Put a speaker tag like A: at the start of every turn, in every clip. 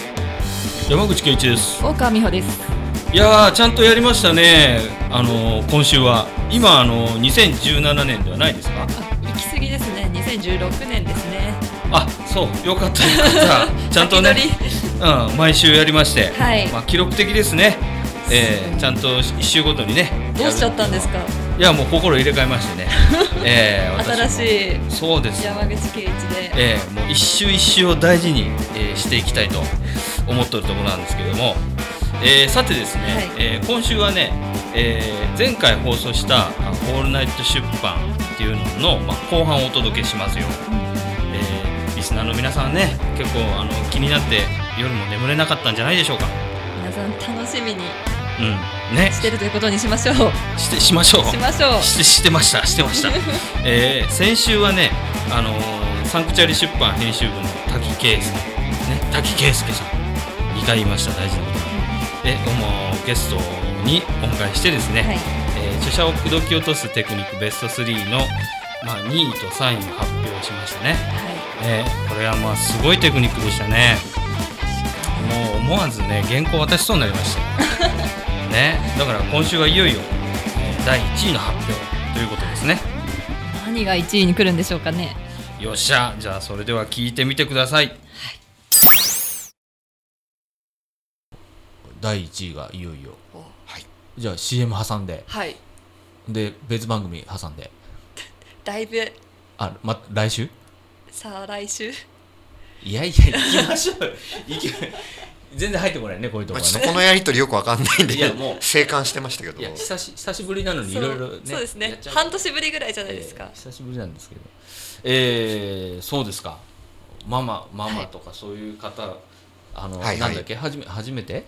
A: です
B: 山口圭一です
A: 大川美穂です
B: いやーちゃんとやりましたねあのー今週は今あのー2017年ではないですか
A: あ行き過ぎですね2016年ですね
B: あそうよかったよかった ちゃんとね
A: 先取り
B: うん毎週やりまして、
A: はい
B: まあ記録的ですねえーちゃんと一週ごとにね
A: どうしちゃったんです
B: か
A: か
B: いやもう心入れ替えまして ねえー、
A: 新し
B: いそうです
A: い山口圭一で
B: えー、もう一周一周を大事に、えーしていきたいと思っているところなんですけれども、えーさてですね、
A: はい
B: えー今週はね、えー前回放送した「あオールナイト出版」っていうのの、まあ、後半をお届けしますよ、えーリスナーの皆さんね結構あの気になって夜も眠れなかったんじゃないでしょうか
A: 皆さん楽しみに
B: うんね
A: してるということにしましょう
B: してしましょう
A: しましょう
B: してしてましたしてま したえー先週はねあのーサンクチャリ出版編集部の滝圭介ね滝圭介さん2回言いました大事なことでもうゲストにお迎えしてですね、
A: はい
B: えー著者を口説き落とすテクニックベスト3の、まあ、2位と3位を発表しましたね、
A: は
B: えーこれはまあすごいテクニックでしたねもう思わずね原稿渡しそうになりました ねだから今週はいよいよ、えー第1位の発表ということですね
A: い何が1位に来るんでしょうかね
B: よっしゃじゃあそれでは聞いてみてください
C: 第1位がいよいよ
A: お
C: はいじゃあ CM 挟んで
A: はい
C: で別番組挟んで
A: だいぶ
C: あま来週
A: さあ来週
C: いやいや行きましょう行き全然入ってこないねこういうと
D: ま
C: こ
D: あ、
C: は
D: ちょっと
C: ね
D: このやり取りよくわかんないんで
C: いやもう
D: 静観してましたけど
C: いや久し久しぶりなのにい
A: そう
C: ろいろね
A: そうです
C: や
A: ね
C: っちゃう
A: 半年ぶりぐらいじゃないです
C: え
A: か
C: ー、久しぶりなんですけどえー、そうですかママママとかそういう方、あの、
D: はいはい
C: なんだっけはじめ初めて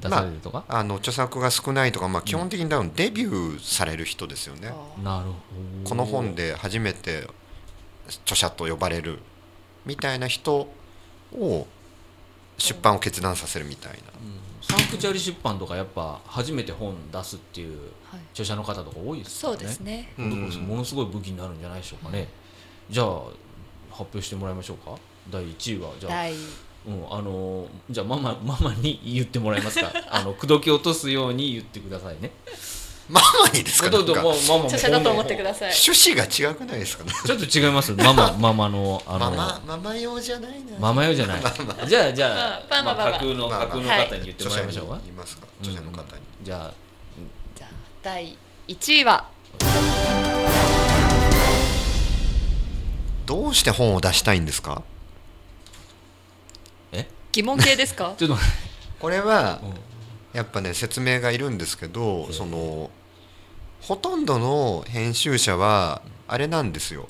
C: 出されるとか、
D: あの著作が少ないとか、まあ、基本的に多分デビューされる人ですよね、
C: なるほど
D: この本で初めて著者と呼ばれるみたいな人を出版を決断させるみたいな
C: サンクチャリ出版とかやっぱ初めて本出すっていう
A: はい
C: 著者の方とか多いです
A: そ
C: よ
A: うですね
C: これこそものすごい武器になるんじゃないでしょうかね、じゃあ発表してもらいましょうか第1位はじゃあ,、
A: 第
C: うん、あのーじゃあママママに言ってもらえます かあの口説き落とすように言ってくださいね
D: ママにですか
C: ど
D: な
C: うんぞ
D: か
C: もうママも
A: 著者だと思ってください
D: 趣旨が違くないですかね
C: ちょっと違いますママママのあの
D: ママママ用じゃないな
C: ママよじゃ ないじゃあじゃあ,、
A: まあまあまあまあ
C: 架空の
D: まあまあ
C: 架空の方に言って
D: 著
C: もら
D: 者
C: いましょ
D: に
C: うか、
D: 言いますか著者の方に、
C: じゃあ
A: じゃあ第1位は
D: どうして本を出したいんですか
C: え
A: 疑問系ですか
C: ちょっと待って
D: これは
C: うん
D: やっぱね説明がいるんですけどそのほとんどの編集者はあれなんですよ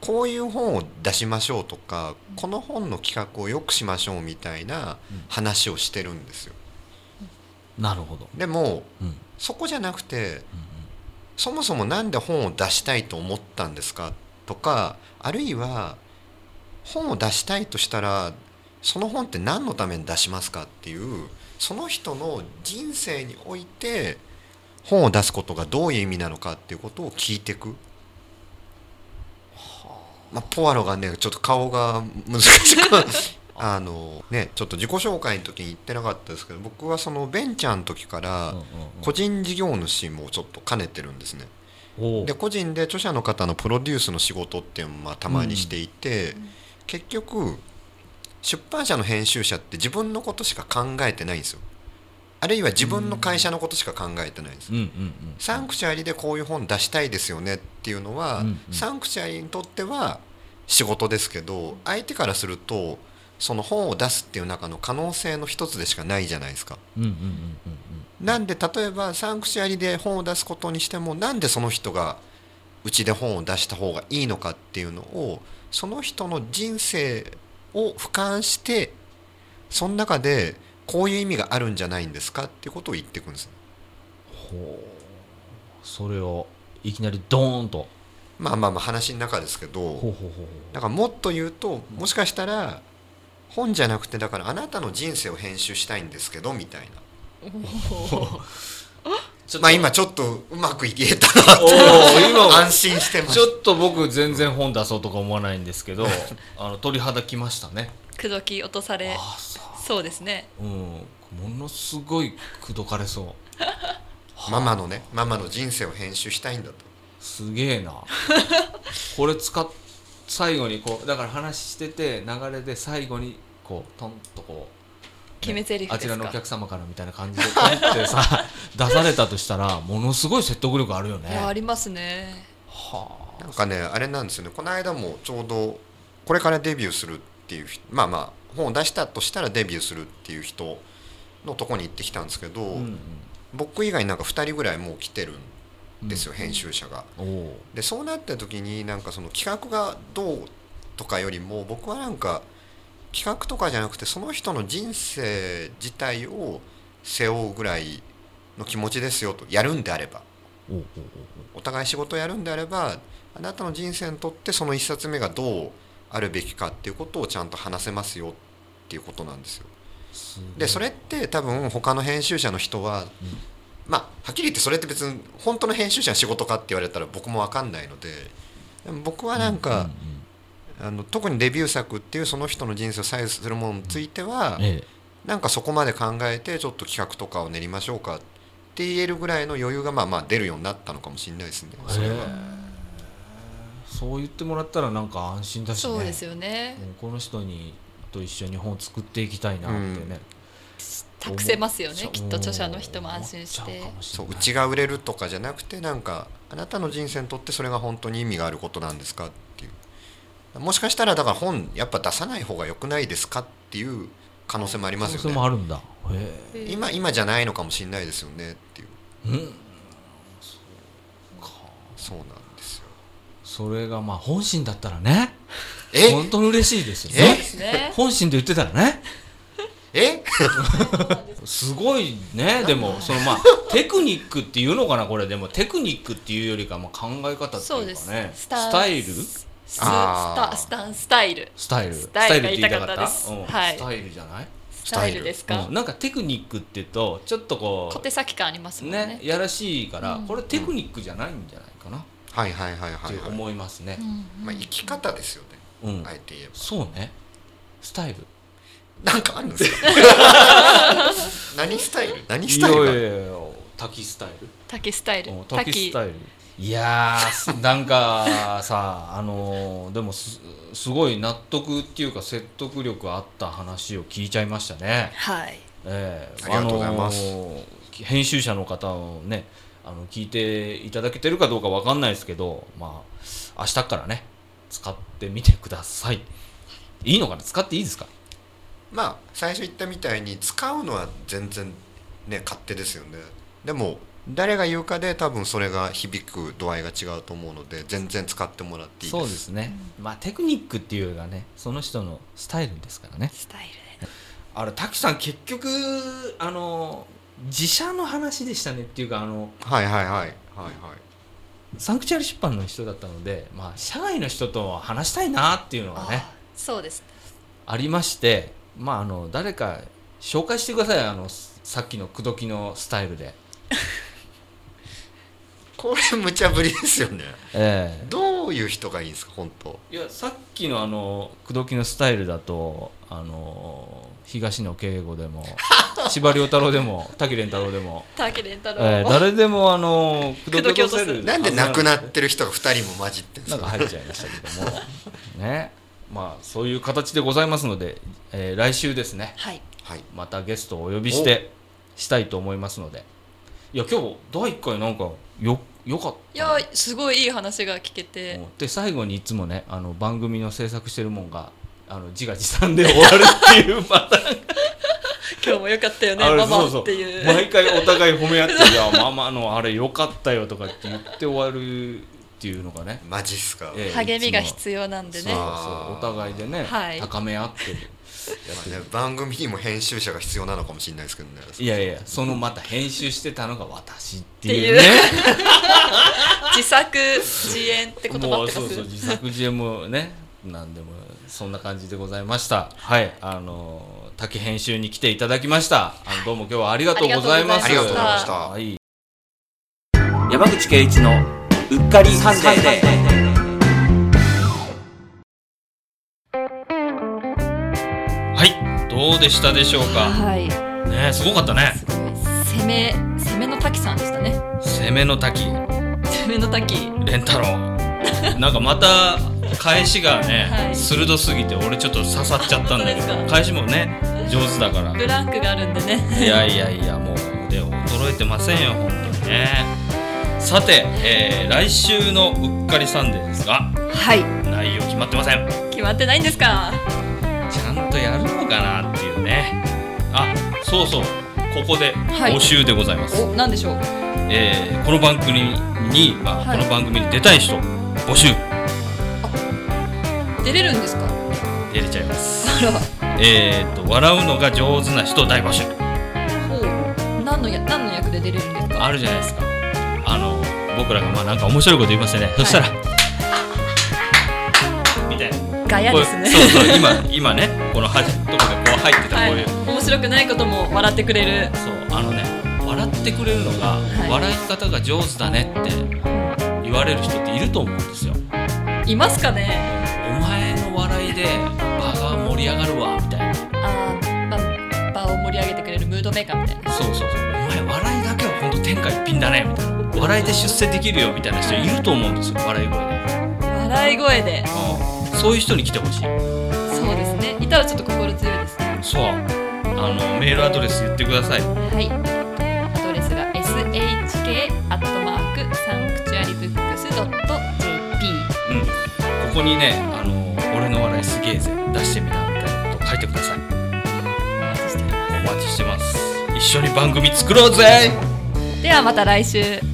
D: こういう本を出しましょうとかこの本の企画を良くしましょうみたいな話をしてるんですよ
C: なるほど、
D: でも
C: うんうん
D: そこじゃなくてそもそもなんで本を出したいと思ったんですかとかあるいは本を出したいとしたらその本って何のために出しますかっていうその人の人生において本を出すことがどういう意味なのかっていうことを聞いていく。まあ、ポアロがねちょっと顔が難しく あのねちょっと自己紹介の時に言ってなかったですけど僕はそのベンチャーの時から、
C: うんうん
D: 個人事業主もちょっと兼ねてるんですね
C: うんおう
D: で個人で著者の方のプロデュースの仕事っていうのもまあたまにしていて、結局出版社の編集者って自分のことしか考えてないんですよあるいは自分の会社のことしか考えてないんです、
C: うんうんうん
D: サンクチュアリでこういう本出したいですよねっていうのは、
C: うんうん
D: サンクチュアリにとっては仕事ですけど相手からするとその本を出すっていう中の可能性の一つでしかないじゃないですか
C: うんうんうんうんうん
D: なんで例えばサンクチュアリで本を出すことにしてもなんでその人がうちで本を出した方がいいのかっていうのをその人の人生を俯瞰してその中でこういう意味があるんじゃないんですかっていうことを言っていくんです。
C: ほうそれをいきなりドーンと
D: まあまあまあ話の中ですけ
C: ほう
D: ど
C: ほうほうほ
D: だからもっと言うともしかしたら本じゃなくてだからあなたの人生を編集したいんですけどみたいな
C: ちょっと
D: まあ今ちょっとうまく言えたな
C: おお 今
D: 安心してま
C: ち
D: す
C: ょっと僕全然 本出そうとか思わないんですけどあの鳥肌きましたね
A: 口説き落とされ
C: ああそ
A: そうですね。
B: うん、ものすごい口説かれそう
D: ママのねママの人生を編集したいんだと
B: すげえ なこれ使っ最後にこうだから話してて流れで最後にこうトンとこう
A: 決め台詞ですか
B: あちらのお客様からみたいな感じでトンって さ出されたとしたらものすごい説得力あるよね
A: いやありますね。
B: は
D: なんかねあれなんですよねこの間もちょうどこれからデビューするっていう人まあまあ本を出したとしたらデビューするっていう人のとこに行ってきたんですけど、
B: あ、うん
D: 僕以外になんか2人ぐらいもう来てる
B: うん
D: んですよ、編集者が。
B: おお
D: でそうなった時になんかその企画がどうとかよりも僕はなんか企画とかじゃなくてその人の人生自体を背負うぐらいの気持ちですよとやるんであれば
B: おおおお
D: お互い仕事をやるんであればあなたの人生にとってその1冊目がどうあるべきかっていうことをちゃんと話せますよっていうことなんですよ。
B: すごい
D: でそれって多分他の編集者の人
B: う
D: は、
B: ん
D: まあはっきり言ってそれって別に本当の編集者の仕事かって言われたら僕も分かんないのででも僕はなんか、あの特にデビュー作っていうその人の人生を左右するものについては、
B: うんうんえ
D: なんかそこまで考えてちょっと企画とかを練りましょうかって言えるぐらいの余裕がまあまあ出るようになったのかもしれないですね。
B: え
D: それは
B: ええそう言ってもらったらなんか安心だしね
A: そうですよね。
B: もうこの人にと一緒に本を作っていきたいなってね、
A: 託せますよね
B: 思っち
A: き
B: ゃう
A: っと著者の人も安心し
B: 思っち
A: て
B: ゃうかもし
D: そ
B: れ
D: う
B: な
D: う
B: い
D: ちが売れるとかじゃなくてなんかあなたの人生にとってそれが本当に意味があることなんですかっていうもしかしたらだから本やっぱ出さない方が良くないですかっていう可能性もあります
B: それ
D: よ
B: も
D: ね
B: あるんだへえ
D: 今今じゃないのかもしれないですよねっていう
B: うん
D: そうなんですよ
B: それがまあ本心だったらね
D: え
B: 本当に嬉しいですよ
A: そうで
B: ね。
A: すね
B: 本心で言ってたらね
D: え
B: すごいねでもそのまあテクニックっていうのかなこれでもテクニックっていうよりかまあ考え方って
A: そう
B: い
A: で
B: うか
A: す
B: ね。ス
A: スタン
B: タイル
A: スス
D: あ
A: タ
D: ー
A: スタンスタイル。
B: スタイル
A: スタイルが
B: ス
A: 言いたかったです
B: うん
A: はい
B: スタイルじゃない、
A: ス
D: タ
A: タ
D: イ
A: イ
D: ル
A: ルですか
B: うん。なんかテクニックっていうとちょっとこう
A: 小手先感ありますもん
B: ね
A: ね。
B: やらしいから、
A: うん
B: これテクニックじゃないんじゃないかなっ
D: はいはいはいはい、
B: て
D: はいま
B: 思いますね、
A: うん
D: あ、生き方ですよね
B: うん
D: あえて言えば
B: そうねスタイル
D: なんかあるんですか何スタイル何スタイル
B: いや
D: が
B: いやいや滝スタイ
A: 滝スタイル
B: ルうん。
A: 滝
B: 滝スタイルいやーす なんかさあのーでもすすごい納得っていうか説得力あった話を聞いちゃいましたね
A: はい。
B: ええ
D: ありがとうございます
B: あのー編集者の方をねあの聞いていただけてるかどうかわかんないですけどまあ明日からね使ってみてくださいいいのかな使っていいですか
D: まあ最初言ったみたいに使うのは全然ね勝手ですよねでも誰が言うかで多分それが響く度合いが違うと思うので全然使ってもらっていいです
B: そうですね、まあテクニックっていうよりはねその人のスタイルですからね
A: スタイルね。
B: あれ滝さん結局あの自社の話でしたねっていうかあの
D: はいはいはいはいはい
B: サンクチュアリ出版の人だったので、まあ、社外の人と話したいなっていうのがね
A: あそうです。
B: ありまして、まあ、あの誰か紹介してくださいあのさっきの口説きのスタイルで、
D: これ無茶ぶりですよね
B: ええ
D: どういう人がいいんですか本当
B: いやさっきのあの口説きのスタイルだとあの東野圭吾で も司馬遼太郎でも滝蓮太郎でも、
A: 滝蓮太郎。
B: えー誰でもあの口説き落とせ
A: 口説き落とせ
B: る
A: る
D: なんで亡くなってる人が2人も混じってんで
B: なん
D: す
B: か
D: か
B: 入っちゃいましたけどもねまあそういう形でございますので、えー来週ですね
A: はい。
D: はい
B: またゲストをお呼びしてしたいと思いますのでいや今日第1回なんかよよかっ
A: い
B: た
A: やすごいいい話が聞けて。
B: で最後にいつもねあの番組の制作してるもんがあの自画自賛で終わるっていう パターン
A: 今日も良かったよね
B: あれ
A: マ
B: そう
A: マ
B: そ
A: っていう
B: 毎回お互い褒め合って「いやママのあれよかったよ」とかって言って終わるっていうのがね
D: マジっすか、
B: ええ
A: 励みが
B: いつも
A: 必要なんでね
B: そう
D: あー
B: そうお互いでね、
A: はい
B: 高め合ってる
D: まあね番組にも編集者が必要なのかもしれないですけどね
B: いやいやそのまた編集してたのが私って
A: って
B: い
A: いうう
B: ね
A: 自作自演って言葉合
B: も
A: っ
B: う
A: て
B: そ
A: ま
B: う
A: す
B: そう自作自演もね何でもそんな感じでございましたはいあの滝編集に来ていただきましたあのどうも今日はありがとうございます
D: ありがとうございました
B: はい
E: 山口圭一のうっかりサンデー
F: はいと
B: どうでしたでしょうか
A: はい
B: ねすごかったね
A: すごい攻め攻めの滝さんでしたね
B: 攻めの滝
A: 攻めの滝
B: レンタロウなんかまた返しがね、
A: はい
B: 鋭すぎて俺ちょっと刺さっちゃったんだけ
A: あ本当です
B: ど
A: か
B: 返しもね上手だ から
A: ブランクがあるんでね
B: いやいやいやもうで驚いてませんよ本当にねさて、えー来週の「うっかりサンデー」ですが
A: はい
B: 内容決まってません
A: 決まってないんですか
B: ちゃんとやるのかなっていうねあそうそうここで
A: はい
B: 募集でございます、
A: おなんでしょう
B: えーこの番組に、まあ
A: はい
B: この番組に出たい人募集
A: 出れるんですか
B: 出れちゃいます
A: あら
B: えー、と笑うのが上手な人大募集
A: ほう何のや何の役で出れるんですか
B: あるじゃないですかあの僕らがまあなんか面白いこと言いましたね、そしたらみたいな
A: ガヤ
B: こう
A: ですね
B: そうそう今今ねこの端のとこでこう入ってた
A: は
B: こう
A: い
B: いう、
A: 面白くないことも笑ってくれる
B: そうあのね笑ってくれるのが、
A: い
B: 笑い方が上手だねって言われる人っていると思うんですよ
A: いますかね
B: お前の笑いで場が盛り上がるわみたいな
A: あー、ま、場を盛り上げてくれるムードメーカーみたいな
B: そうそうそうお前笑いだけは本当天下一品だねみたいな笑いで出世できるよみたいな人いると思うんですよ笑い声で
A: 笑い声で
B: そういう人に来てほしい
A: そうですねいたらちょっと心強いですね
B: そうあのメールアドレス言ってください
A: はいアドレスが
B: うん、こ
A: shk.sanctuarybooks.jp
B: こにね、あの俺の笑いすげえぜ出してみなみたいなこと書いてください。お待ちしてます。一緒に番組作ろうぜ。
A: ではまた来週